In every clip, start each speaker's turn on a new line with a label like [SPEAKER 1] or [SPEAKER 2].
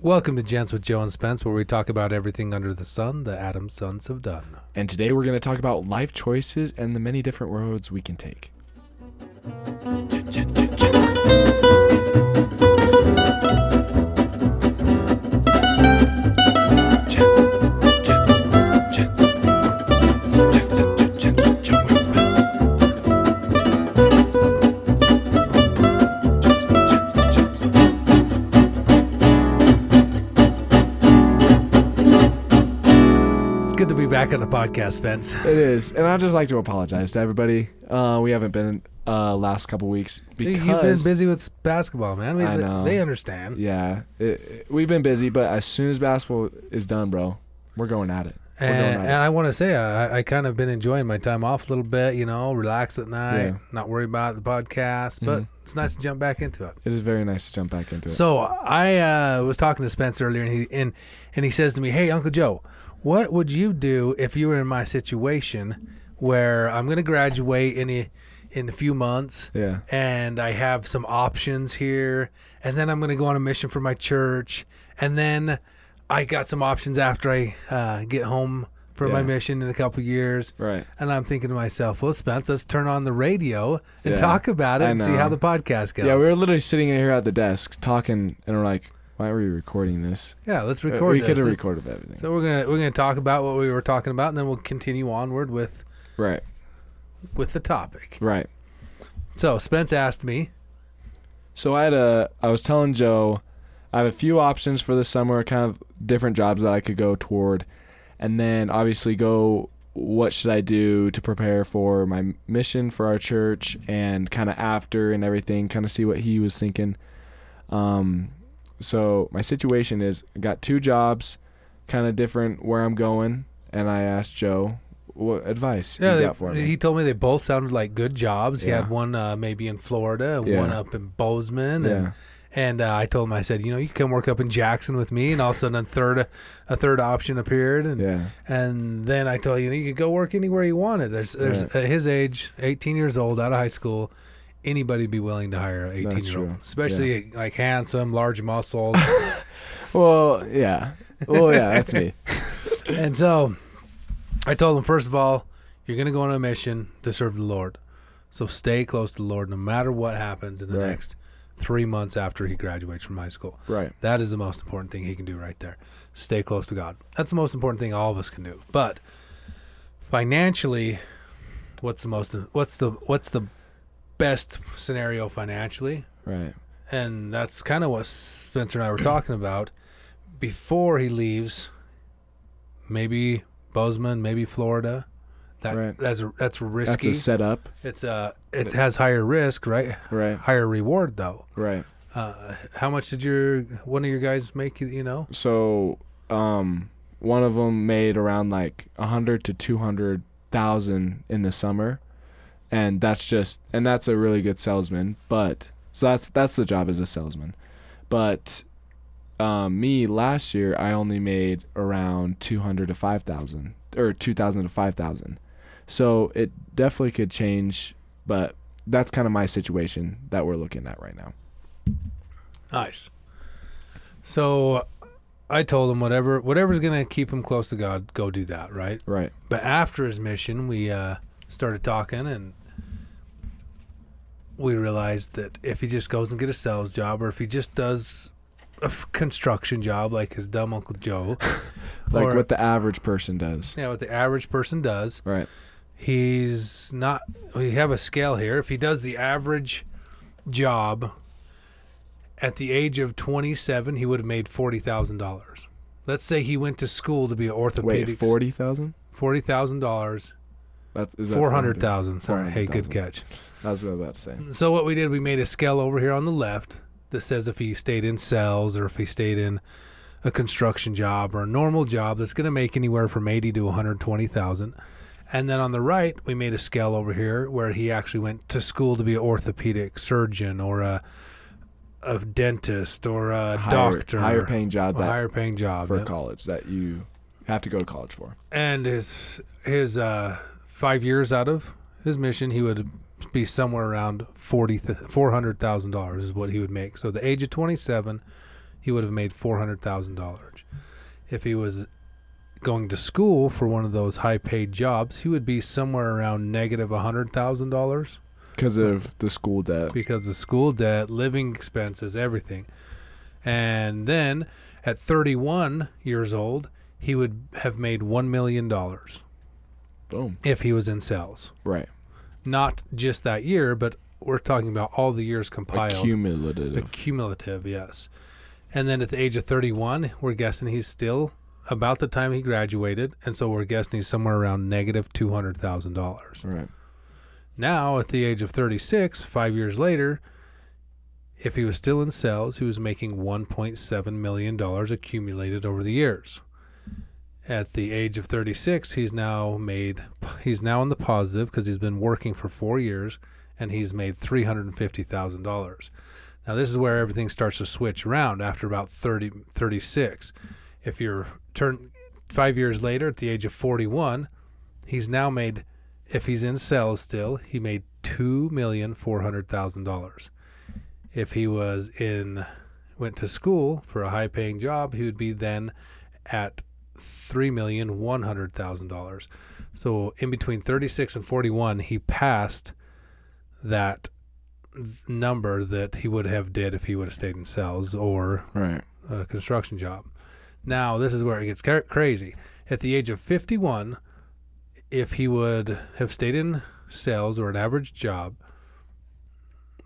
[SPEAKER 1] Welcome to Gents with Joe and Spence, where we talk about everything under the sun the Adam sons have done.
[SPEAKER 2] And today we're going to talk about life choices and the many different roads we can take.
[SPEAKER 1] It's good to be back on the podcast, Spence.
[SPEAKER 2] It is, and I'd just like to apologize to everybody. Uh, we haven't been uh, last couple weeks because
[SPEAKER 1] You've been busy with basketball, man. We,
[SPEAKER 2] I know.
[SPEAKER 1] They understand.
[SPEAKER 2] yeah, it, it- we've been busy. But as soon as basketball is done, bro, we're going at it. We're
[SPEAKER 1] And,
[SPEAKER 2] going
[SPEAKER 1] and I want to say I, I kind of been enjoying my time off a little bit, you know, relax at night,
[SPEAKER 2] Yeah.
[SPEAKER 1] not worry about the podcast, but
[SPEAKER 2] Mhm.
[SPEAKER 1] it's nice to jump back into it.
[SPEAKER 2] it is very nice to jump back into it.
[SPEAKER 1] So I uh, was talking to Spence earlier, and he and, and he says to me, "Hey, Uncle Joe, what would you do if you were in my situation where I'm going to graduate in a, in a few months,
[SPEAKER 2] yeah,
[SPEAKER 1] and I have some options here, and then I'm going to go on a mission for my church, and then I got some options after I uh, get home for my
[SPEAKER 2] Yeah.
[SPEAKER 1] mission in a couple years."
[SPEAKER 2] right.
[SPEAKER 1] And I'm thinking to myself, well, Spence, let's turn on the radio and
[SPEAKER 2] Yeah,
[SPEAKER 1] talk about it
[SPEAKER 2] I
[SPEAKER 1] and see
[SPEAKER 2] know.
[SPEAKER 1] how the podcast goes.
[SPEAKER 2] Yeah, we were literally sitting in here at the desk talking, and we're like, "Why were you recording this?
[SPEAKER 1] yeah let's
[SPEAKER 2] Uh,
[SPEAKER 1] record.
[SPEAKER 2] we
[SPEAKER 1] this.
[SPEAKER 2] could have
[SPEAKER 1] Let's-
[SPEAKER 2] recorded everything,
[SPEAKER 1] So we're gonna we're gonna talk about what we were talking about, and then we'll continue onward with
[SPEAKER 2] right?
[SPEAKER 1] with the topic.
[SPEAKER 2] Right."
[SPEAKER 1] So Spence asked me,
[SPEAKER 2] So I had a I was telling Joe I have a few options for the summer, kind of different jobs that I could go toward and then obviously go what should I do to prepare for my mission for our church and kind of after and everything, kind of see what he was thinking. Um so my situation is I got two jobs, kind of different where I'm going and I asked Joe what advice
[SPEAKER 1] yeah,
[SPEAKER 2] you
[SPEAKER 1] they-
[SPEAKER 2] got for me.
[SPEAKER 1] he told me they both sounded like good jobs. He
[SPEAKER 2] Yeah.
[SPEAKER 1] had one uh, maybe in Florida, and
[SPEAKER 2] Yeah.
[SPEAKER 1] one up in Bozeman, and
[SPEAKER 2] yeah.
[SPEAKER 1] and uh, I told him I said, you know, you can come work up in Jackson with me, and all of a sudden a third a third option appeared, and
[SPEAKER 2] Yeah.
[SPEAKER 1] and then I told you, you could go work anywhere you wanted. There's there's
[SPEAKER 2] Right.
[SPEAKER 1] at his age, 18 years old, out of high school. Anybody be willing to hire an 18
[SPEAKER 2] That's
[SPEAKER 1] year old,
[SPEAKER 2] true.
[SPEAKER 1] especially like handsome, large muscles.
[SPEAKER 2] Well, yeah. Well, yeah, that's me.
[SPEAKER 1] And so I told him, first of all, you're going to go on a mission to serve the Lord. So stay close to the Lord no matter what happens in the
[SPEAKER 2] Right.
[SPEAKER 1] next three months after he graduates from high school.
[SPEAKER 2] Right.
[SPEAKER 1] That is the most important thing he can do right there. Stay close to God. That's the most important thing all of us can do. But financially, what's the most what's the what's the best scenario financially?
[SPEAKER 2] Right.
[SPEAKER 1] and that's kind of what Spencer and I were talking about. Before he leaves, maybe Bozeman, maybe Florida. That
[SPEAKER 2] Right.
[SPEAKER 1] that's that's
[SPEAKER 2] That's
[SPEAKER 1] risky.
[SPEAKER 2] a setup.
[SPEAKER 1] it's uh it has higher risk, right?
[SPEAKER 2] Right.
[SPEAKER 1] Higher reward though.
[SPEAKER 2] Right.
[SPEAKER 1] Uh, how much did your one of your guys make? You, you know,
[SPEAKER 2] So, um, one of them made around like a hundred to two hundred thousand in the summer, and that's just and that's a really good salesman. But so that's that's the job as a salesman. But um, me last year, I only made around two hundred to five thousand or two thousand to five thousand. So it definitely could change, but that's kind of my situation that we're looking at right now.
[SPEAKER 1] nice. So, I told him whatever whatever's gonna keep him close to God, go do that, right?
[SPEAKER 2] Right.
[SPEAKER 1] But after his mission, we uh, started talking, and we realized that if he just goes and get a sales job, or if he just does a f- construction job like his dumb Uncle Joe,
[SPEAKER 2] Like
[SPEAKER 1] or
[SPEAKER 2] what the average person does.
[SPEAKER 1] yeah, what the average person does,
[SPEAKER 2] Right.
[SPEAKER 1] he's not. We have a scale here. If he does the average job at the age of 27, he would have made forty thousand dollars. Let's say he went to school to be an
[SPEAKER 2] Wait,
[SPEAKER 1] orthopedic.
[SPEAKER 2] forty thousand?
[SPEAKER 1] forty thousand dollars.
[SPEAKER 2] That's is that
[SPEAKER 1] Four hundred thousand. Sorry. Hey, good
[SPEAKER 2] 400,000.
[SPEAKER 1] catch.
[SPEAKER 2] That's what I was about to say.
[SPEAKER 1] So what we did, we made a scale over here on the left that says if he stayed in sales or if he stayed in a construction job or a normal job, that's going to make anywhere from eighty to one hundred twenty thousand. And then on the right, we made a scale over here where he actually went to school to be an orthopedic surgeon or a, a dentist or a
[SPEAKER 2] Higher-
[SPEAKER 1] doctor,
[SPEAKER 2] higher paying
[SPEAKER 1] a
[SPEAKER 2] job that
[SPEAKER 1] higher paying job
[SPEAKER 2] for
[SPEAKER 1] yeah.
[SPEAKER 2] college that you have to go to college for.
[SPEAKER 1] and his his uh, five years out of his mission, he would be somewhere around forty four hundred thousand dollars is what he would make. So the age of twenty seven, he would have made four hundred thousand dollars. If he was going to school for one of those high paid jobs, he would be somewhere around negative hundred thousand dollars
[SPEAKER 2] because of the school debt.
[SPEAKER 1] because of school debt, living expenses, everything. And then at 31 years old, he would have made $1 million
[SPEAKER 2] Boom.
[SPEAKER 1] if he was in sales.
[SPEAKER 2] Right.
[SPEAKER 1] Not just that year, but we're talking about all the years compiled.
[SPEAKER 2] Accumulative.
[SPEAKER 1] Accumulative, yes. And then at the age of 31, we're guessing he's still about the time he graduated. And so we're guessing he's somewhere around negative $200,000.
[SPEAKER 2] Right.
[SPEAKER 1] Now, at the age of 36, five years later, if he was still in sales, he was making $1.7 million accumulated over the years. At the age of 36, he's now made, he's now in the positive because he's been working for four years and he's made $350,000. Now, this is where everything starts to switch around after about 30, 36. If you're turn five years later at the age of 41, he's now made if he's in sales still, he made two million four hundred thousand dollars. If he was in went to school for a high paying job, he would be then at three million one hundred thousand dollars. So in between thirty six and forty one, he passed that number that he would have did if he would have stayed in sales or
[SPEAKER 2] Right.
[SPEAKER 1] a construction job. Now, this is where it gets ca- crazy. At the age of 51, if he would have stayed in sales or an average job,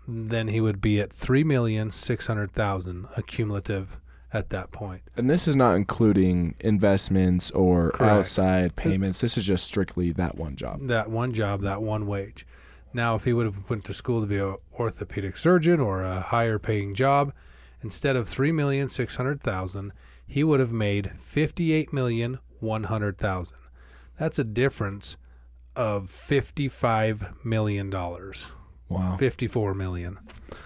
[SPEAKER 1] then he would be at 3,600,000 accumulative at that point.
[SPEAKER 2] And this is not including investments or
[SPEAKER 1] Correct.
[SPEAKER 2] outside payments. This is just strictly that one job.
[SPEAKER 1] That one job, that one wage. Now, if he would have went to school to be an orthopedic surgeon or a higher paying job, instead of 3,600,000, he would have made 58,100,000. That's a difference of 55 million dollars.
[SPEAKER 2] Wow.
[SPEAKER 1] 54 million.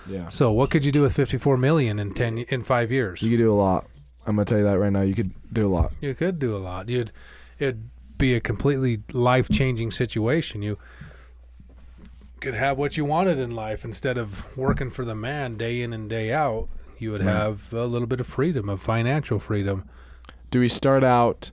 [SPEAKER 2] Yeah.
[SPEAKER 1] So, what could you do with 54 million in 10 in 5 years?
[SPEAKER 2] You could do a lot. I'm gonna tell you that right now. You could do a lot.
[SPEAKER 1] You could do a lot. You'd it'd be a completely life changing situation. You could have what you wanted in life instead of working for the man day in and day out. You would
[SPEAKER 2] Right.
[SPEAKER 1] have a little bit of freedom, of financial freedom.
[SPEAKER 2] do we start out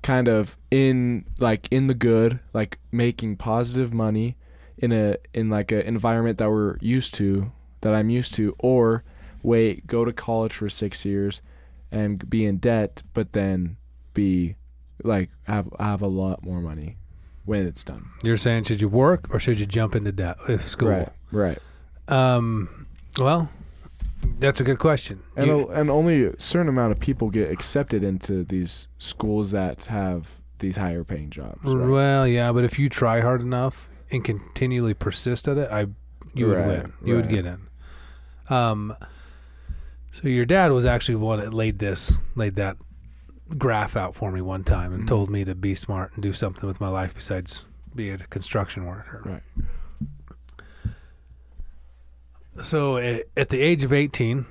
[SPEAKER 2] kind of in like in the good like making positive money in a in like a environment that we're used to that i'm used to or wait go to college for six years and be in debt but then be like have have a lot more money when it's done
[SPEAKER 1] You're saying should you work or should you jump into debt if school?
[SPEAKER 2] right right
[SPEAKER 1] Um, well, that's a good question.
[SPEAKER 2] and,
[SPEAKER 1] You-
[SPEAKER 2] o- and only a certain amount of people get accepted into these schools that have these higher paying jobs right?
[SPEAKER 1] Well, yeah, but if you try hard enough and continually persist at it, I you would
[SPEAKER 2] Right,
[SPEAKER 1] win. You would
[SPEAKER 2] right.
[SPEAKER 1] get in. Um so your dad was actually one that laid this laid that graph out for me one time and
[SPEAKER 2] Mhm.
[SPEAKER 1] told me to be smart and do something with my life besides be a construction worker.
[SPEAKER 2] Right.
[SPEAKER 1] So a- at the age of 18,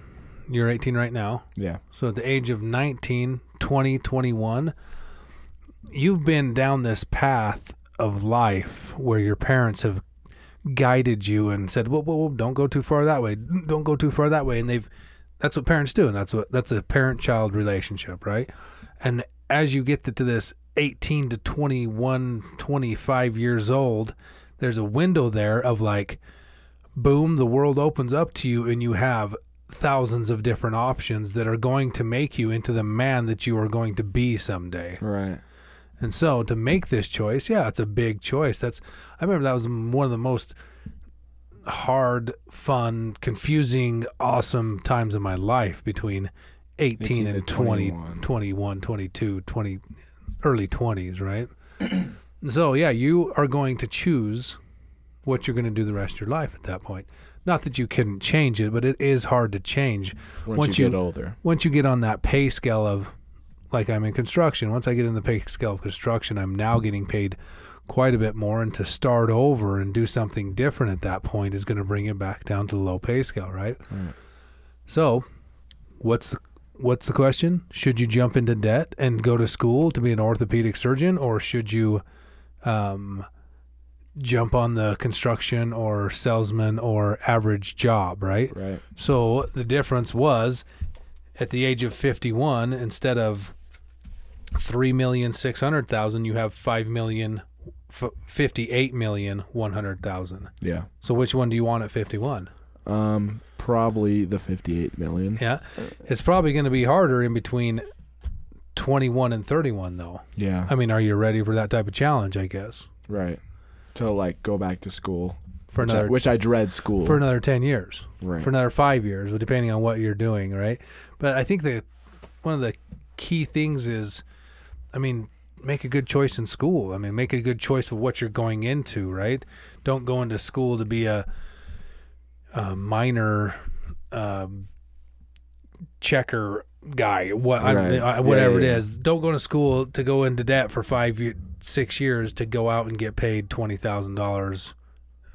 [SPEAKER 1] you're 18 right now.
[SPEAKER 2] yeah
[SPEAKER 1] So at the age of 19, 20, 21, you've been down this path of life where your parents have guided you and said, "Whoa, whoa, whoa, don't go too far that way. Don't go too far that way." And they've that's what parents do, and that's what that's a parent-child relationship, right? And as you get to this 18 to 21, 25 years old, there's a window there of like boom, the world opens up to you and you have thousands of different options that are going to make you into the man that you are going to be someday.
[SPEAKER 2] right
[SPEAKER 1] And so to make this choice, yeah, it's a big choice. That's I remember that was m- one of the most hard, fun, confusing, awesome times of my life between 18,
[SPEAKER 2] 18 to
[SPEAKER 1] and 20,
[SPEAKER 2] 21.
[SPEAKER 1] 21, 22, 20 early 20s, right? so, yeah, you are going to choose what you're going to do the rest of your life at that point. Not that you couldn't change it, but it is hard to change
[SPEAKER 2] once,
[SPEAKER 1] Once
[SPEAKER 2] you,
[SPEAKER 1] you-
[SPEAKER 2] get older
[SPEAKER 1] once you get on that pay scale of like I'm in construction, once I get in the pay scale of construction, I'm now getting paid quite a bit more and to start over and do something different at that point is going to bring it back down to the low pay scale, right?
[SPEAKER 2] Right.
[SPEAKER 1] So, what's the, what's the question? Should you jump into debt and go to school to be an orthopedic surgeon or should you um jump on the construction or salesman or average job, right?
[SPEAKER 2] right
[SPEAKER 1] So the difference was at the age of 51 instead of 3,600,000 you have 5,058,100,000.
[SPEAKER 2] Yeah.
[SPEAKER 1] So which one do you want at 51?
[SPEAKER 2] Um, probably the 58 million.
[SPEAKER 1] Yeah. It's probably going to be harder in between 21 and 31 though.
[SPEAKER 2] Yeah.
[SPEAKER 1] I mean, are you ready for that type of challenge, I guess?
[SPEAKER 2] right. To like go back to school,
[SPEAKER 1] For
[SPEAKER 2] which I,
[SPEAKER 1] another
[SPEAKER 2] which I dread school.
[SPEAKER 1] for another 10 years.
[SPEAKER 2] right.
[SPEAKER 1] for another five years, depending on what you're doing, right? But I think that one of the key things is, I mean, make a good choice in school. I mean, make a good choice of what you're going into, right? Don't go into school to be a, a minor um, checker guy, what I'm-
[SPEAKER 2] Right.
[SPEAKER 1] I- whatever
[SPEAKER 2] Yeah, yeah,
[SPEAKER 1] it is. Don't go to school to go into debt for five, ye- six years to go out and get paid twenty thousand dollars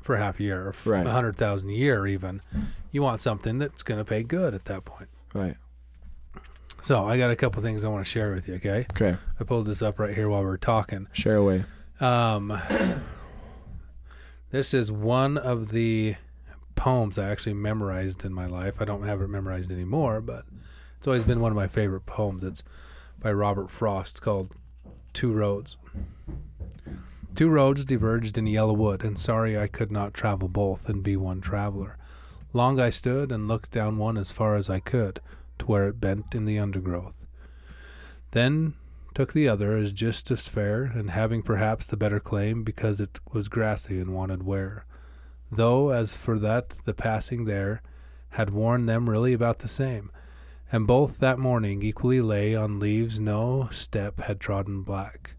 [SPEAKER 1] for half a year, or f-
[SPEAKER 2] Right.
[SPEAKER 1] a hundred thousand a year, even. You want something that's going to pay good at that point.
[SPEAKER 2] Right.
[SPEAKER 1] So I got a couple things I want to share with you. Okay,
[SPEAKER 2] Okay.
[SPEAKER 1] I pulled this up right here while we were talking.
[SPEAKER 2] Share away.
[SPEAKER 1] Um, this is one of the poems I actually memorized in my life. I don't have it memorized anymore, but it's always been one of my favorite poems. It's by Robert Frost called Two Roads. Two roads diverged in yellow wood, and sorry I could not travel both and be one traveler. Long I stood and looked down one as far as I could, to where it bent in the undergrowth. Then took the other as just as fair, and having perhaps the better claim because it was grassy and wanted wear. Though, as for that, the passing there had worn them really about the same, and both that morning equally lay on leaves no step had trodden black.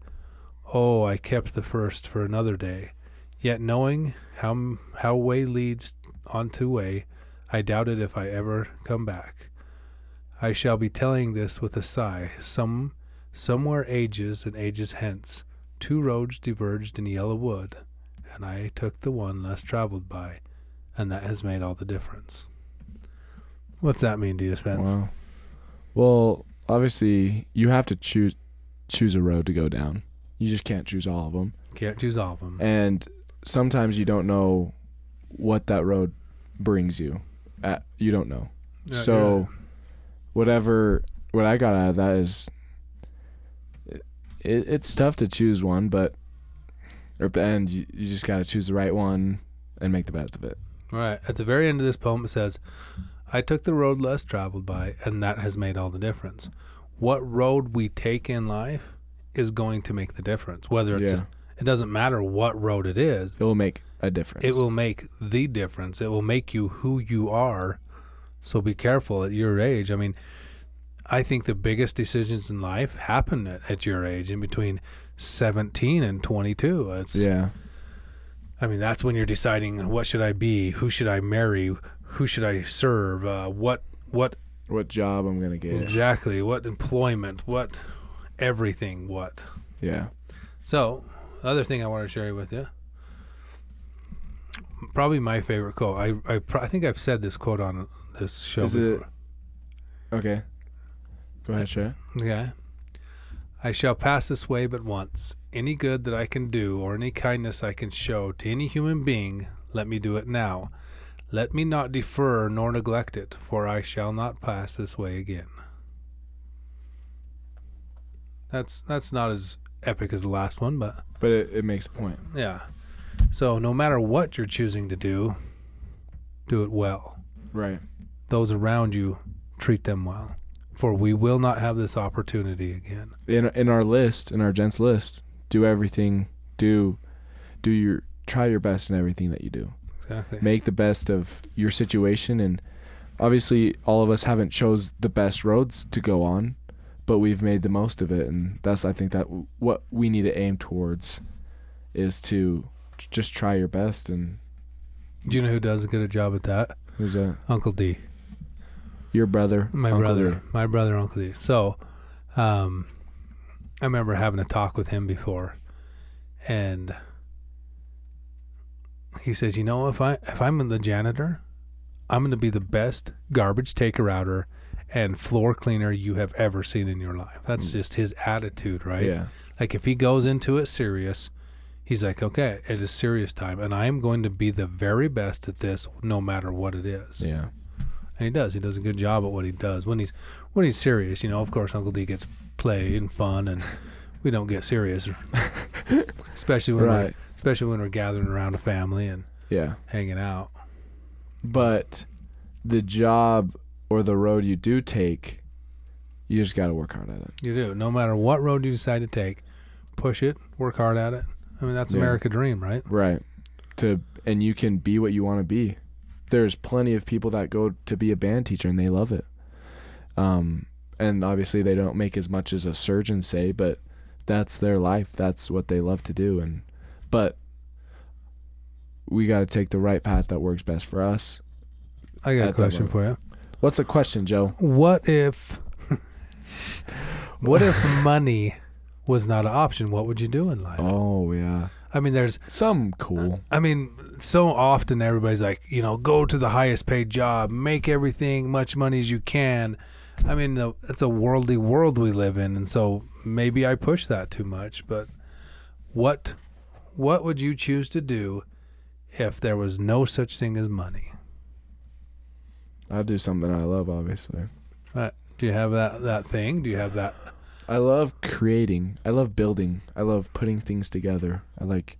[SPEAKER 1] Oh, I kept the first for another day, yet knowing how, how way leads unto way, I doubted if I ever come back. I shall be telling this with a sigh, some Somewhere ages and ages hence, two roads diverged in yellow wood, and I took the one less traveled by, and that has made all the difference. What's that mean to you, Spence?
[SPEAKER 2] Wow. Well, obviously you have to choose choose a road to go down. You just can't choose all of them.
[SPEAKER 1] Can't choose all of
[SPEAKER 2] Mm-hmm.
[SPEAKER 1] them.
[SPEAKER 2] and sometimes you don't know what that road brings you. Uh, you don't know. so, whatever, what I got out of that is, it, it's tough to choose one, but at the end, you, you just got to choose the right one and make the best of it.
[SPEAKER 1] all right. At the very end of this poem, it says, I took the road less traveled by, and that has made all the difference. What road we take in life is going to make the difference. Whether it's,
[SPEAKER 2] Yeah.
[SPEAKER 1] it doesn't matter what road it is,
[SPEAKER 2] It will make a difference.
[SPEAKER 1] It will make the difference. It will make you who you are. So be careful at your age. I mean, I think the biggest decisions in life happen at, at your age, in between 17 and 22. It's,
[SPEAKER 2] Yeah.
[SPEAKER 1] I mean, that's when you're deciding what should I be, who should I marry, who should I serve, uh, what what
[SPEAKER 2] What job I'm gonna get?
[SPEAKER 1] exactly, what employment, what everything, what.
[SPEAKER 2] Yeah.
[SPEAKER 1] So, the other thing I want to share with you, probably my favorite quote. I I, pro- I think I've said this quote on this show
[SPEAKER 2] Is it-
[SPEAKER 1] before.
[SPEAKER 2] Okay. Go ahead, Shay.
[SPEAKER 1] Okay. I shall pass this way but once. Any good that I can do or any kindness I can show to any human being, let me do it now. Let me not defer nor neglect it, for I shall not pass this way again. That's that's not as epic as the last one, but
[SPEAKER 2] But it, it makes a point.
[SPEAKER 1] Yeah. So no matter what you're choosing to do, do it well.
[SPEAKER 2] Right.
[SPEAKER 1] Those around you, treat them well. For we will not have this opportunity again.
[SPEAKER 2] in in our list in our gents list do everything do do your try your best in everything that you do
[SPEAKER 1] Exactly.
[SPEAKER 2] make the best of your situation and obviously all of us haven't chose the best roads to go on but we've made the most of it and that's i think that w- what we need to aim towards is to j- just try your best and
[SPEAKER 1] Do you know who does a good job at that?
[SPEAKER 2] who's that
[SPEAKER 1] Uncle D.
[SPEAKER 2] your brother
[SPEAKER 1] My
[SPEAKER 2] Uncle
[SPEAKER 1] brother.
[SPEAKER 2] Lee.
[SPEAKER 1] My brother, Uncle D. So, um, I remember having a talk with him before, and he says, "You know, if I if I'm the janitor, I'm going to be the best garbage taker outer and floor cleaner you have ever seen in your life." That's just his attitude, right?
[SPEAKER 2] Mm. yeah
[SPEAKER 1] Like if he goes into it serious, he's like, "Okay, it is serious time, and I am going to be the very best at this, no matter what it is."
[SPEAKER 2] yeah
[SPEAKER 1] And and he does. He does a good job at what he does when he's when he's serious. You know, of course, Uncle D gets play and fun, and we don't get serious, especially when we're,
[SPEAKER 2] right.
[SPEAKER 1] especially when we're gathering around a family and
[SPEAKER 2] Yeah.
[SPEAKER 1] hanging out.
[SPEAKER 2] But the job or the road you do take, you just got to work hard at it.
[SPEAKER 1] You do. No matter what road you decide to take, push it, work hard at it. I mean, that's
[SPEAKER 2] Yeah.
[SPEAKER 1] America dream, right?
[SPEAKER 2] Right. To and you can be what you want to be. There's plenty of people that go to be a band teacher and they love it. Um and obviously they don't make as much as a surgeon say, but that's their life. That's what they love to do and but we got to take the right path that works best for us.
[SPEAKER 1] I got a
[SPEAKER 2] At that
[SPEAKER 1] question for you.
[SPEAKER 2] What's a question, Joe?
[SPEAKER 1] What if, what if money was not an option? What would you do in life?
[SPEAKER 2] Oh, yeah.
[SPEAKER 1] I mean, there's
[SPEAKER 2] Some cool.
[SPEAKER 1] I mean, so often everybody's like, you know, go to the highest paid job, make everything much money as you can. I mean, the, it's a worldly world we live in, and so maybe I push that too much. But what what would you choose to do if there was no such thing as money?
[SPEAKER 2] I'll do something I love, obviously.
[SPEAKER 1] Uh, Do you have that that thing? Do you have that?
[SPEAKER 2] I love creating. I love building. I love putting things together. I like,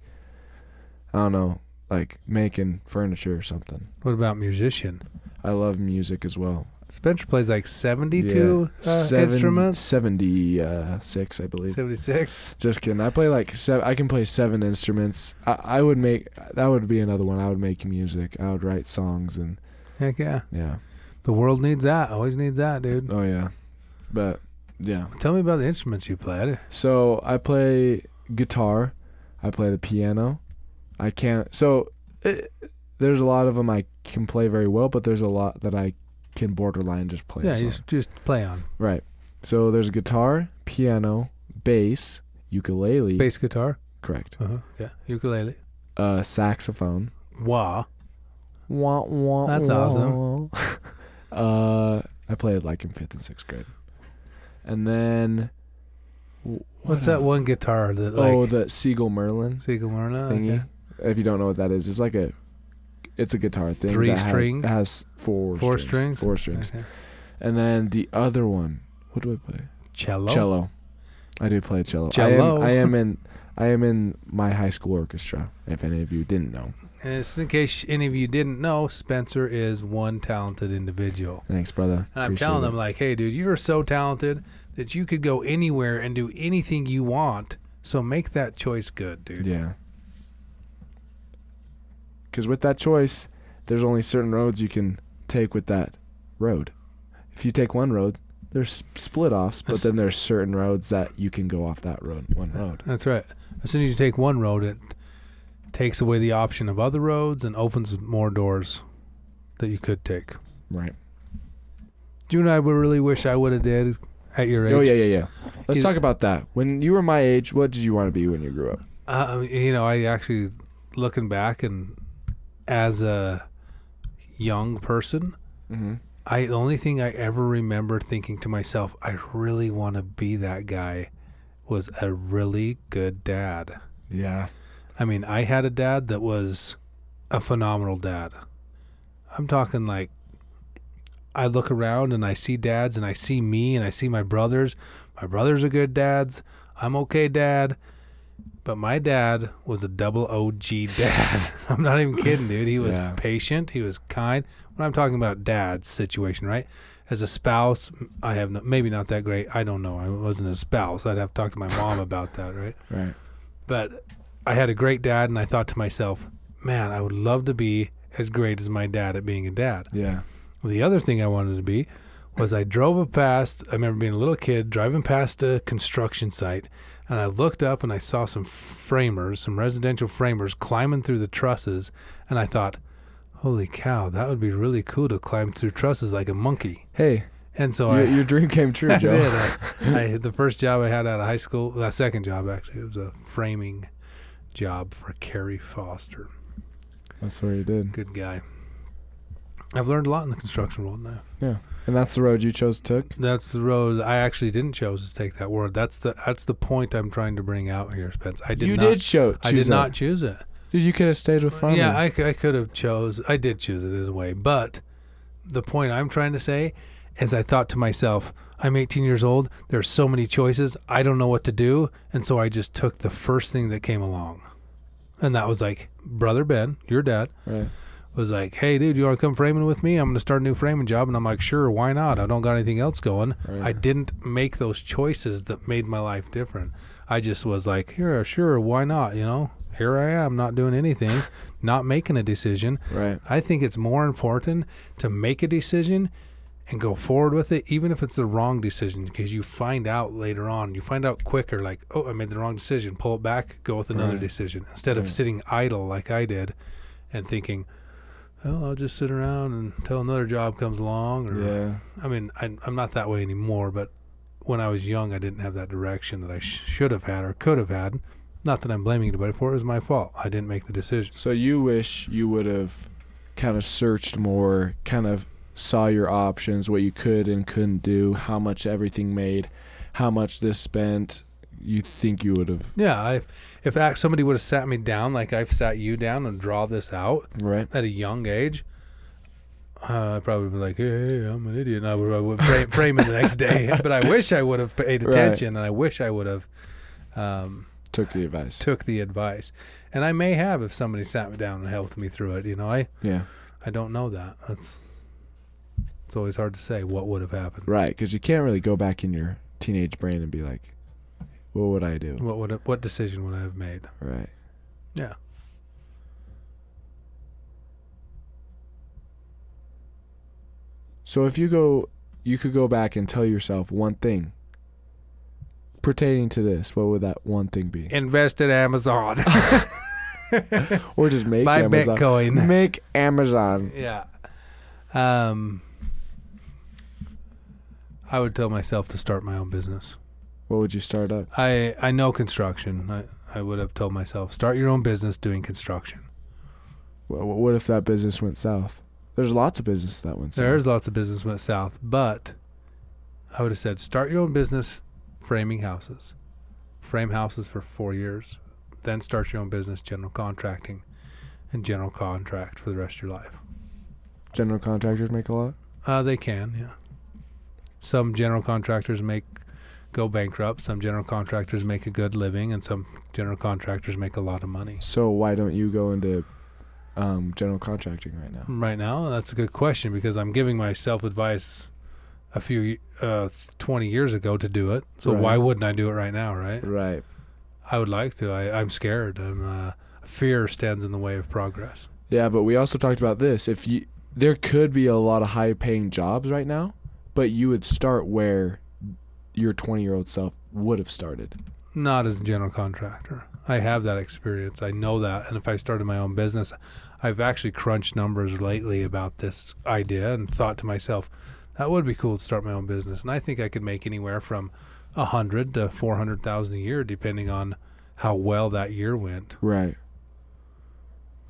[SPEAKER 2] I don't know, like making furniture or something.
[SPEAKER 1] What about musician?
[SPEAKER 2] I love music as well.
[SPEAKER 1] Spencer plays like seventy two
[SPEAKER 2] Yeah.
[SPEAKER 1] uh,
[SPEAKER 2] Seven-
[SPEAKER 1] instruments.
[SPEAKER 2] 76, I believe.
[SPEAKER 1] Seventy six.
[SPEAKER 2] Just kidding. I play like seven. I can play seven instruments. I, I would make that would be another one. I would make music. I would write songs and
[SPEAKER 1] Heck yeah,
[SPEAKER 2] yeah.
[SPEAKER 1] the world needs that. Always needs that, dude.
[SPEAKER 2] Oh yeah, but yeah.
[SPEAKER 1] Tell me about the instruments you played.
[SPEAKER 2] So I play guitar, I play the piano. I can't. So it, there's a lot of them I can play very well, but there's a lot that I can borderline just play.
[SPEAKER 1] Yeah,
[SPEAKER 2] as
[SPEAKER 1] you
[SPEAKER 2] well.
[SPEAKER 1] just, just play on
[SPEAKER 2] right. So there's guitar, piano, bass, ukulele.
[SPEAKER 1] bass guitar.
[SPEAKER 2] Correct.
[SPEAKER 1] Uh-huh. Yeah, ukulele.
[SPEAKER 2] Uh, saxophone.
[SPEAKER 1] Wah.
[SPEAKER 2] Wah, wah,
[SPEAKER 1] That's
[SPEAKER 2] wah.
[SPEAKER 1] awesome.
[SPEAKER 2] uh, I played like in fifth and sixth grade, and then w- what
[SPEAKER 1] What's that
[SPEAKER 2] else?
[SPEAKER 1] one guitar that like?
[SPEAKER 2] Oh,
[SPEAKER 1] Oh,
[SPEAKER 2] the Siegel Merlin.
[SPEAKER 1] Siegel Myrna
[SPEAKER 2] thingy. If you don't know what that is, it's like a it's a guitar thing.
[SPEAKER 1] Three
[SPEAKER 2] that has-
[SPEAKER 1] string?
[SPEAKER 2] It has four
[SPEAKER 1] Four strings?
[SPEAKER 2] strings. Four strings.
[SPEAKER 1] Okay.
[SPEAKER 2] And then the other one. What do I play?
[SPEAKER 1] Cello.
[SPEAKER 2] Cello. I do play cello.
[SPEAKER 1] Cello.
[SPEAKER 2] I am, I am in I am in my high school orchestra, if any of you didn't know.
[SPEAKER 1] And just in case any of you didn't know, Spencer is one talented individual.
[SPEAKER 2] Thanks, brother.
[SPEAKER 1] And I'm
[SPEAKER 2] Appreciate
[SPEAKER 1] telling
[SPEAKER 2] it.
[SPEAKER 1] them like, hey, dude, you're so talented that you could go anywhere and do anything you want. So make that choice good, dude.
[SPEAKER 2] Yeah. Cause with that choice, there's only certain roads you can take with that road. If you take one road, there's s- split offs, but
[SPEAKER 1] That's-
[SPEAKER 2] then there's certain roads that you can go off that road one road.
[SPEAKER 1] That's right. As soon as you take one road, it takes away the option of other roads and opens more doors that you could take.
[SPEAKER 2] Right.
[SPEAKER 1] Do you know what I would really wish I would have did at your age?
[SPEAKER 2] Oh yeah, yeah, yeah. Let's
[SPEAKER 1] You-
[SPEAKER 2] talk about that. When you were my age, what did you want to be when you grew up?
[SPEAKER 1] Uh, you know, I actually looking back and as a young person,
[SPEAKER 2] Mm-hmm.
[SPEAKER 1] I the only thing I ever remember thinking to myself, I really want to be that guy, was a really good dad.
[SPEAKER 2] Yeah.
[SPEAKER 1] I mean, I had a dad that was a phenomenal dad. I'm talking like I look around and I see dads and I see me and I see my brothers. My brothers are good dads. I'm okay dad. But my dad was a double OG dad. I'm not even kidding, dude. He was
[SPEAKER 2] Yeah.
[SPEAKER 1] patient. He was kind. When I'm talking about dad's situation, right? As a spouse, I have no, maybe not that great. I don't know. I wasn't a spouse. I'd have to talk to my mom about that, right?
[SPEAKER 2] Right.
[SPEAKER 1] But I had a great dad, and I thought to myself, man, I would love to be as great as my dad at being a dad.
[SPEAKER 2] Yeah.
[SPEAKER 1] The other thing I wanted to be was I drove past, I remember being a little kid, driving past a construction site, and I looked up and I saw some framers, some residential framers climbing through the trusses, and I thought, holy cow, that would be really cool to climb through trusses like a monkey.
[SPEAKER 2] Hey,
[SPEAKER 1] And so
[SPEAKER 2] your,
[SPEAKER 1] Oh, I.
[SPEAKER 2] your dream came true,
[SPEAKER 1] I
[SPEAKER 2] Joe.
[SPEAKER 1] did. I, I the first job I had out of high school, that second job actually, it was a framing job for Carrie Foster.
[SPEAKER 2] That's what you did,
[SPEAKER 1] Good guy. I've learned a lot in the construction world now.
[SPEAKER 2] and that's the road you chose took.
[SPEAKER 1] That's the road I actually didn't chose to take that word. That's the that's the point I'm trying to bring out here, Spence. I did
[SPEAKER 2] you
[SPEAKER 1] not
[SPEAKER 2] did show. Choose
[SPEAKER 1] I did
[SPEAKER 2] that.
[SPEAKER 1] not choose it.
[SPEAKER 2] Dude, you could have stayed with farming.
[SPEAKER 1] Yeah, I, c- I could have chose. I did choose it in a way, but the point I'm trying to say is I thought to myself, I'm 18 years old. There's so many choices. I don't know what to do, and so I just took the first thing that came along, and that was like, brother Ben, your dad
[SPEAKER 2] Right.
[SPEAKER 1] was like, "Hey, dude, you want to come framing with me? I'm going to start a new framing job." And I'm like, "Sure, why not? I don't got anything else going."
[SPEAKER 2] Right.
[SPEAKER 1] I didn't make those choices that made my life different. I just was like, "Here, sure, why not?" You know, here I am, not doing anything, not making a decision.
[SPEAKER 2] Right.
[SPEAKER 1] I think it's more important to make a decision and go forward with it, even if it's the wrong decision, because you find out later on. You find out quicker, like, oh, I made the wrong decision. Pull it back, go with another
[SPEAKER 2] Right.
[SPEAKER 1] decision, instead of
[SPEAKER 2] Right.
[SPEAKER 1] sitting idle like I did and thinking, well, I'll just sit around until another job comes along. Or,
[SPEAKER 2] Yeah.
[SPEAKER 1] I mean, I, I'm not that way anymore, but when I was young, I didn't have that direction that I sh- should have had or could have had. Not that I'm blaming anybody for it, it was my fault. I didn't make the decision.
[SPEAKER 2] So you wish you would have kind of searched more, kind of saw your options, what you could and couldn't do, how much everything made, how much this spent. You think you would have
[SPEAKER 1] Yeah, I, if act- somebody would have sat me down like I've sat you down and draw this out
[SPEAKER 2] right?
[SPEAKER 1] at a young age, uh, I'd probably be like, hey, hey, I'm an idiot. And I would, I would frame, frame it the next day. But I wish I would have paid
[SPEAKER 2] Right.
[SPEAKER 1] attention, and I wish I would have um,
[SPEAKER 2] Took the advice.
[SPEAKER 1] took the advice. And I may have if somebody sat me down and helped me through it. You know, I,
[SPEAKER 2] yeah.
[SPEAKER 1] I don't know that. That's it's always hard to say what would have happened.
[SPEAKER 2] Right, because you can't really go back in your teenage brain and be like, "What would I do?"
[SPEAKER 1] What would have- what decision would I have made?
[SPEAKER 2] Right.
[SPEAKER 1] Yeah.
[SPEAKER 2] So if you go, you could go back and tell yourself one thing pertaining to this. What would that one thing be?
[SPEAKER 1] Invest in Amazon.
[SPEAKER 2] Or just make
[SPEAKER 1] Buy
[SPEAKER 2] Amazon.
[SPEAKER 1] Bitcoin.
[SPEAKER 2] Make Amazon.
[SPEAKER 1] Yeah. Um I would tell myself to start my own business.
[SPEAKER 2] What would you start up?
[SPEAKER 1] I I know construction. I I would have told myself start your own business doing construction.
[SPEAKER 2] Wha- wha- What if that business went south? There's lots of businesses that went south.
[SPEAKER 1] There's lots of business went south, but I would have said start your own business framing houses. Frame houses for 4 years, then start your own business general contracting and general contract for the rest of your life.
[SPEAKER 2] General contractors make a lot.
[SPEAKER 1] Uh, they can, yeah. Some general contractors make go bankrupt. Some general contractors make a good living, and some general contractors make a lot of money.
[SPEAKER 2] So why don't you go into um, general contracting right now?
[SPEAKER 1] Right now, that's a good question because I'm giving myself advice a few uh, 20 years ago to do it. So
[SPEAKER 2] Right.
[SPEAKER 1] why wouldn't I do it right now, right?
[SPEAKER 2] Right.
[SPEAKER 1] I would like to. I, I'm scared. I'm uh, fear stands in the way of progress.
[SPEAKER 2] Yeah, but we also talked about this. If you there could be a lot of high paying jobs right now, but you would start where your 20-year-old self would have started.
[SPEAKER 1] Not as a general contractor. I have that experience. I know that. And if I started my own business, I've actually crunched numbers lately about this idea and thought to myself, that would be cool to start my own business. And I think I could make anywhere from a hundred to four hundred thousand a year, depending on how well that year went.
[SPEAKER 2] Right.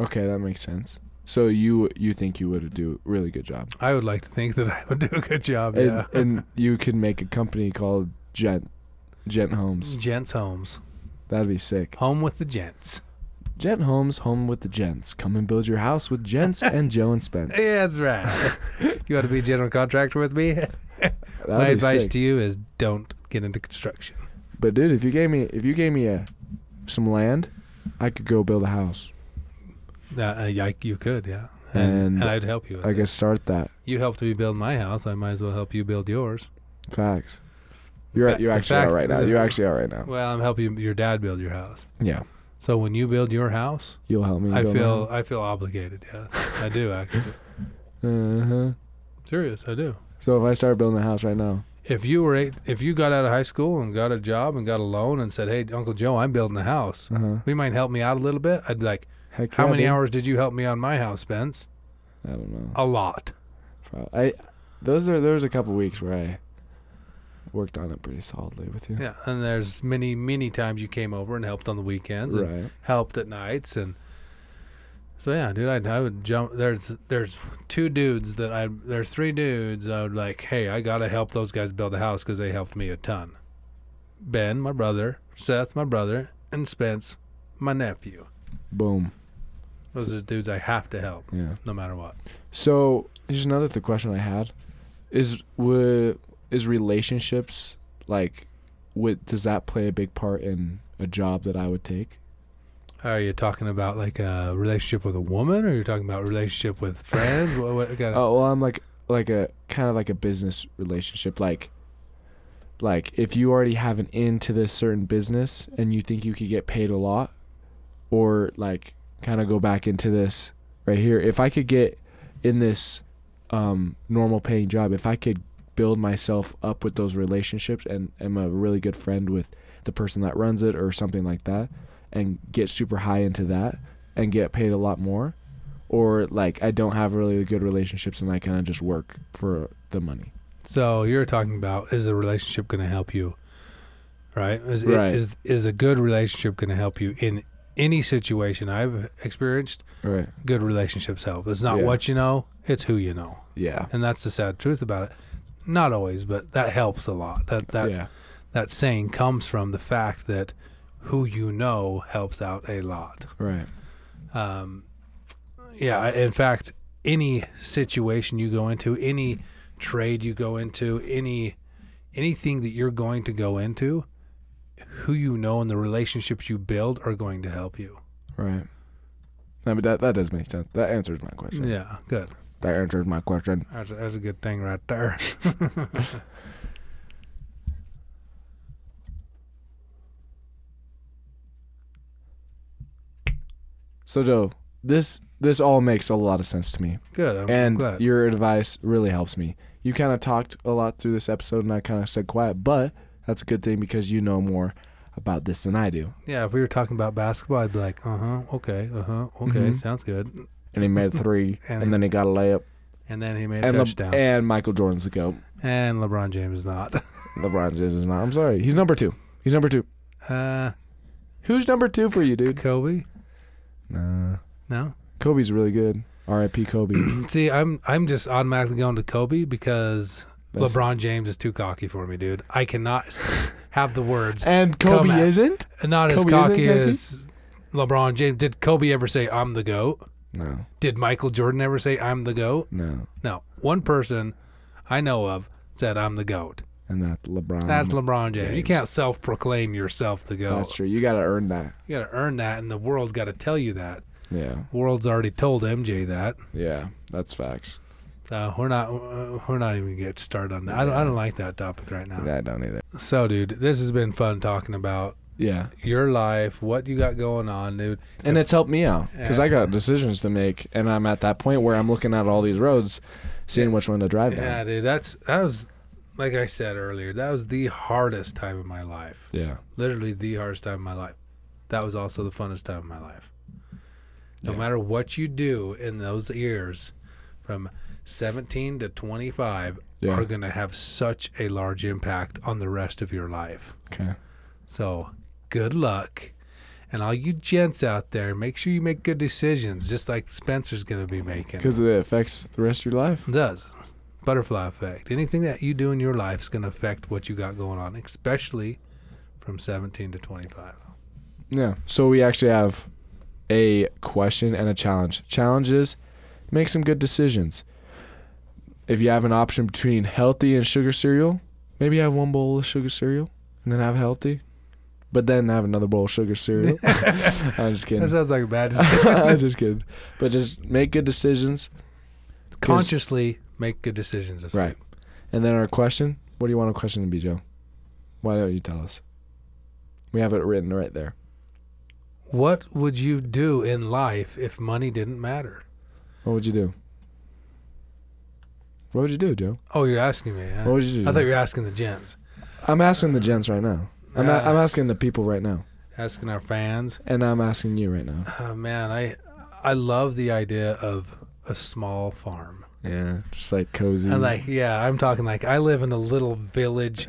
[SPEAKER 2] Okay, that makes sense. So you you think you would do a really good job.
[SPEAKER 1] I would like to think that I would do a good job. yeah.
[SPEAKER 2] And and you could make a company called Gent Gent Homes.
[SPEAKER 1] Gents Homes.
[SPEAKER 2] That'd be sick.
[SPEAKER 1] Home with the gents.
[SPEAKER 2] Gent Homes, home with the gents. Come and build your house with gents and Joe and Spence.
[SPEAKER 1] Yeah, that's right. you want to be a general contractor with me?
[SPEAKER 2] That'd
[SPEAKER 1] My
[SPEAKER 2] be
[SPEAKER 1] advice
[SPEAKER 2] sick.
[SPEAKER 1] to you is don't get into construction.
[SPEAKER 2] But dude, if you gave me if you gave me a some land, I could go build a house.
[SPEAKER 1] Uh, uh, yeah, I- you could, yeah.
[SPEAKER 2] And
[SPEAKER 1] And, and I'd help you. With
[SPEAKER 2] I
[SPEAKER 1] it.
[SPEAKER 2] could start that.
[SPEAKER 1] You helped me build my house. I might as well help you build yours.
[SPEAKER 2] Facts. You're
[SPEAKER 1] fact-
[SPEAKER 2] you
[SPEAKER 1] in
[SPEAKER 2] actually
[SPEAKER 1] fact,
[SPEAKER 2] are right now.
[SPEAKER 1] the-
[SPEAKER 2] You actually are right now.
[SPEAKER 1] Well, I'm helping your dad build your house.
[SPEAKER 2] Yeah.
[SPEAKER 1] So when you build your house,
[SPEAKER 2] You'll help me.
[SPEAKER 1] I
[SPEAKER 2] build
[SPEAKER 1] feel I feel obligated. Yes, I do actually.
[SPEAKER 2] Uh huh.
[SPEAKER 1] Serious, I do.
[SPEAKER 2] So if I start building a house right now,
[SPEAKER 1] If you were eight, if you got out of high school and got a job and got a loan and said, "Hey, Uncle Joe, I'm building a house.
[SPEAKER 2] uh huh.
[SPEAKER 1] We might help me out a little bit." I'd be like,
[SPEAKER 2] Heck
[SPEAKER 1] "How
[SPEAKER 2] yeah,
[SPEAKER 1] many
[SPEAKER 2] dude.
[SPEAKER 1] hours did you help me on my house, Spence?"
[SPEAKER 2] I don't know.
[SPEAKER 1] A lot.
[SPEAKER 2] Pro- I those are there was a couple weeks where I worked on it pretty solidly with you.
[SPEAKER 1] Yeah, and there's many many times you came over and helped on the weekends. and
[SPEAKER 2] Right.
[SPEAKER 1] helped at nights and so yeah dude I'd, i would jump there's there's two dudes that i there's three dudes i would like hey i gotta help those guys build a house because they helped me a ton ben my brother seth my brother and spence my nephew
[SPEAKER 2] Boom.
[SPEAKER 1] those are the dudes i have to help
[SPEAKER 2] Yeah.
[SPEAKER 1] no matter what
[SPEAKER 2] So Here's another th- question I had: Is would is relationships like, would does that play a big part in a job that I would take?
[SPEAKER 1] Are you talking about like a relationship with a woman, or you're talking about relationship with friends? what, what kind of?
[SPEAKER 2] Oh well, I'm like like a kind of like a business relationship. Like, like if you already have an in to this certain business and you think you could get paid a lot, or like kind of go back into this right here. If I could get in this um, normal paying job, if I could build myself up with those relationships and am a really good friend with the person that runs it or something like that, and get super high into that and get paid a lot more, or like I don't have really good relationships and I kind of just work for the money.
[SPEAKER 1] So you're talking about is a relationship going to help you, right? Is,
[SPEAKER 2] Right.
[SPEAKER 1] Is is a good relationship going to help you in any situation? I've experienced
[SPEAKER 2] Right.
[SPEAKER 1] good relationships help. It's not
[SPEAKER 2] Yeah.
[SPEAKER 1] what you know; it's who you know,
[SPEAKER 2] Yeah.
[SPEAKER 1] and that's the sad truth about it. Not always, but that helps a lot. That that
[SPEAKER 2] yeah.
[SPEAKER 1] that saying comes from the fact that who you know helps out a lot.
[SPEAKER 2] Right.
[SPEAKER 1] Um, yeah, I- in fact, any situation you go into, any trade you go into, any anything that you're going to go into, who you know and the relationships you build are going to help you.
[SPEAKER 2] Right. No, but that that does make sense. That answers my question.
[SPEAKER 1] Yeah, good.
[SPEAKER 2] That answers my question.
[SPEAKER 1] That's a, that's a good thing right there.
[SPEAKER 2] So Joe, this this all makes a lot of sense to me,
[SPEAKER 1] Good. I'm
[SPEAKER 2] and
[SPEAKER 1] glad.
[SPEAKER 2] your advice really helps me. You kind of talked a lot through this episode, and I kind of said quiet, but that's a good thing because you know more about this than I do.
[SPEAKER 1] yeah, if we were talking about basketball, I'd be like, uh huh, okay, uh huh, okay,
[SPEAKER 2] Mhm.
[SPEAKER 1] sounds good.
[SPEAKER 2] And he made a three,
[SPEAKER 1] And
[SPEAKER 2] and,
[SPEAKER 1] he-
[SPEAKER 2] then he got a layup,
[SPEAKER 1] And then he made a
[SPEAKER 2] and Le-
[SPEAKER 1] touchdown.
[SPEAKER 2] and Michael Jordan's the goat.
[SPEAKER 1] and LeBron James is not.
[SPEAKER 2] LeBron James is not. I'm sorry, he's number two. He's number two.
[SPEAKER 1] Uh,
[SPEAKER 2] Who's number two for you, dude?
[SPEAKER 1] Kobe?
[SPEAKER 2] Nah,
[SPEAKER 1] No.
[SPEAKER 2] Kobe's really good. R.I.P. Kobe.
[SPEAKER 1] See, I'm I'm just automatically going to Kobe because
[SPEAKER 2] That's-
[SPEAKER 1] LeBron James is too cocky for me, dude. I cannot s- have the words.
[SPEAKER 2] And
[SPEAKER 1] Come
[SPEAKER 2] Kobe
[SPEAKER 1] at-
[SPEAKER 2] isn't.
[SPEAKER 1] Not as
[SPEAKER 2] Kobe
[SPEAKER 1] cocky
[SPEAKER 2] isn't cocky?
[SPEAKER 1] as LeBron James. Did Kobe ever say I'm the goat?
[SPEAKER 2] No,
[SPEAKER 1] Did Michael Jordan ever say I'm the goat?
[SPEAKER 2] no,
[SPEAKER 1] No. One person I know of said I'm the goat.
[SPEAKER 2] and that's LeBron.
[SPEAKER 1] That's LeBron James. You
[SPEAKER 2] Um, James.
[SPEAKER 1] can't self-proclaim yourself the goat.
[SPEAKER 2] That's true. You gotta earn that.
[SPEAKER 1] You got to earn that, and the world got to tell you that.
[SPEAKER 2] Yeah,
[SPEAKER 1] World's already told MJ that.
[SPEAKER 2] yeah, that's facts.
[SPEAKER 1] So we're not uh, we're not even getting started on that. I, don't, I don't like that topic right now.
[SPEAKER 2] Yeah, I don't either.
[SPEAKER 1] So, dude, this has been fun talking about
[SPEAKER 2] Yeah,
[SPEAKER 1] your life, what you got going on, dude.
[SPEAKER 2] and it's helped me out because I got decisions to make, and I'm at that point where I'm looking at all these roads, seeing which one to drive down.
[SPEAKER 1] Yeah, dude, that's that was like I said earlier, that was the hardest time of my life.
[SPEAKER 2] Yeah,
[SPEAKER 1] Literally the hardest time of my life. That was also the funnest time of my life. No
[SPEAKER 2] Yeah.
[SPEAKER 1] matter what you do in those years from 17 to 25
[SPEAKER 2] Yeah.
[SPEAKER 1] are going to have such a large impact on the rest of your life.
[SPEAKER 2] okay.
[SPEAKER 1] So good luck. And all you gents out there, make sure you make good decisions, just like Spencer's going to be making.
[SPEAKER 2] Because it affects the rest of your life.
[SPEAKER 1] It does. Butterfly effect. Anything that you do in your life is going to affect what you got going on, especially from 17 to 25.
[SPEAKER 2] Yeah. So we actually have a question and a challenge. Challenge is make some good decisions. If you have an option between healthy and sugar cereal, maybe have one bowl of sugar cereal and then have healthy, but then have another bowl of sugar cereal. I'm
[SPEAKER 1] That
[SPEAKER 2] just kidding.
[SPEAKER 1] sounds like a bad decision.
[SPEAKER 2] I'm just kidding. But just make good decisions.
[SPEAKER 1] Consciously make good decisions. This
[SPEAKER 2] Right.
[SPEAKER 1] Week.
[SPEAKER 2] And then our question what do you want a question to be, Joe? Why don't you tell us? We have it written right there.
[SPEAKER 1] What would you do in life if money didn't matter?
[SPEAKER 2] What would you do? What would you do, Joe?
[SPEAKER 1] Oh, you're asking me. huh?
[SPEAKER 2] What would you do?
[SPEAKER 1] I thought you were asking the gents,
[SPEAKER 2] I'm asking the gents right now. I'm, a-
[SPEAKER 1] Uh,
[SPEAKER 2] I'm asking the people right now,
[SPEAKER 1] asking our fans.
[SPEAKER 2] and I'm asking you right now.
[SPEAKER 1] Oh man, I I love the idea of a small farm.
[SPEAKER 2] Yeah, just like cozy.
[SPEAKER 1] And like, yeah, I'm talking like I live in a little village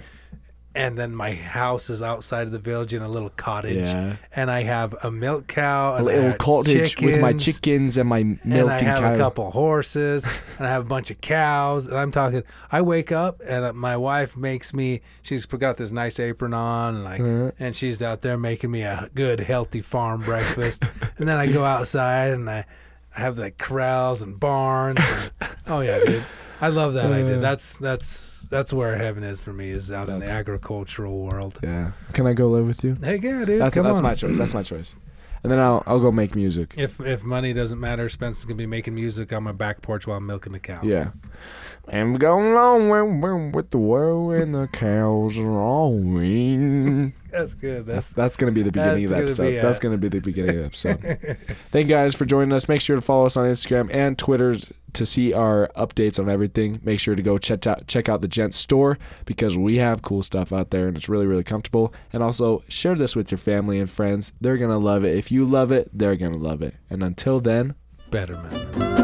[SPEAKER 1] and then my house is outside of the village in a little cottage
[SPEAKER 2] yeah,
[SPEAKER 1] and I have a milk cow
[SPEAKER 2] a
[SPEAKER 1] and I
[SPEAKER 2] little
[SPEAKER 1] have
[SPEAKER 2] cottage with my
[SPEAKER 1] chickens,
[SPEAKER 2] chickens and my
[SPEAKER 1] and
[SPEAKER 2] milking
[SPEAKER 1] I have
[SPEAKER 2] cow.
[SPEAKER 1] a couple horses and I have a bunch of cows and I'm talking I wake up and uh, my wife makes me she's got this nice apron on and like
[SPEAKER 2] Uh,
[SPEAKER 1] and she's out there making me a good healthy farm breakfast and then i go outside and i have like corrals and barns. and- oh yeah, dude. I love that idea.
[SPEAKER 2] Uh.
[SPEAKER 1] That's that's that's where heaven is for me is out in the
[SPEAKER 2] That's-
[SPEAKER 1] agricultural world.
[SPEAKER 2] Yeah. Can I go live with you?
[SPEAKER 1] Heck yeah, dude.
[SPEAKER 2] That's
[SPEAKER 1] come
[SPEAKER 2] that's
[SPEAKER 1] on.
[SPEAKER 2] my choice. That's my choice. And then I'll I'll go make music.
[SPEAKER 1] If if money doesn't matter, Spencer's gonna be making music on my back porch while I'm milking the cow.
[SPEAKER 2] Yeah. I'm going on with- with, with the world and the cows are all in.
[SPEAKER 1] that's good. That's
[SPEAKER 2] That's that's gonna be the beginning of the
[SPEAKER 1] That's gonna
[SPEAKER 2] episode.
[SPEAKER 1] be
[SPEAKER 2] That's
[SPEAKER 1] it.
[SPEAKER 2] gonna be the beginning of the episode. Thank you guys for joining us. Make sure to follow us on Instagram and Twitter to see our updates on everything. Make sure to go check out check out the Gent store because we have cool stuff out there and it's really really comfortable. And also share this with your family and friends. They're gonna love it. If you love it, they're gonna love it. And until then.
[SPEAKER 1] better man.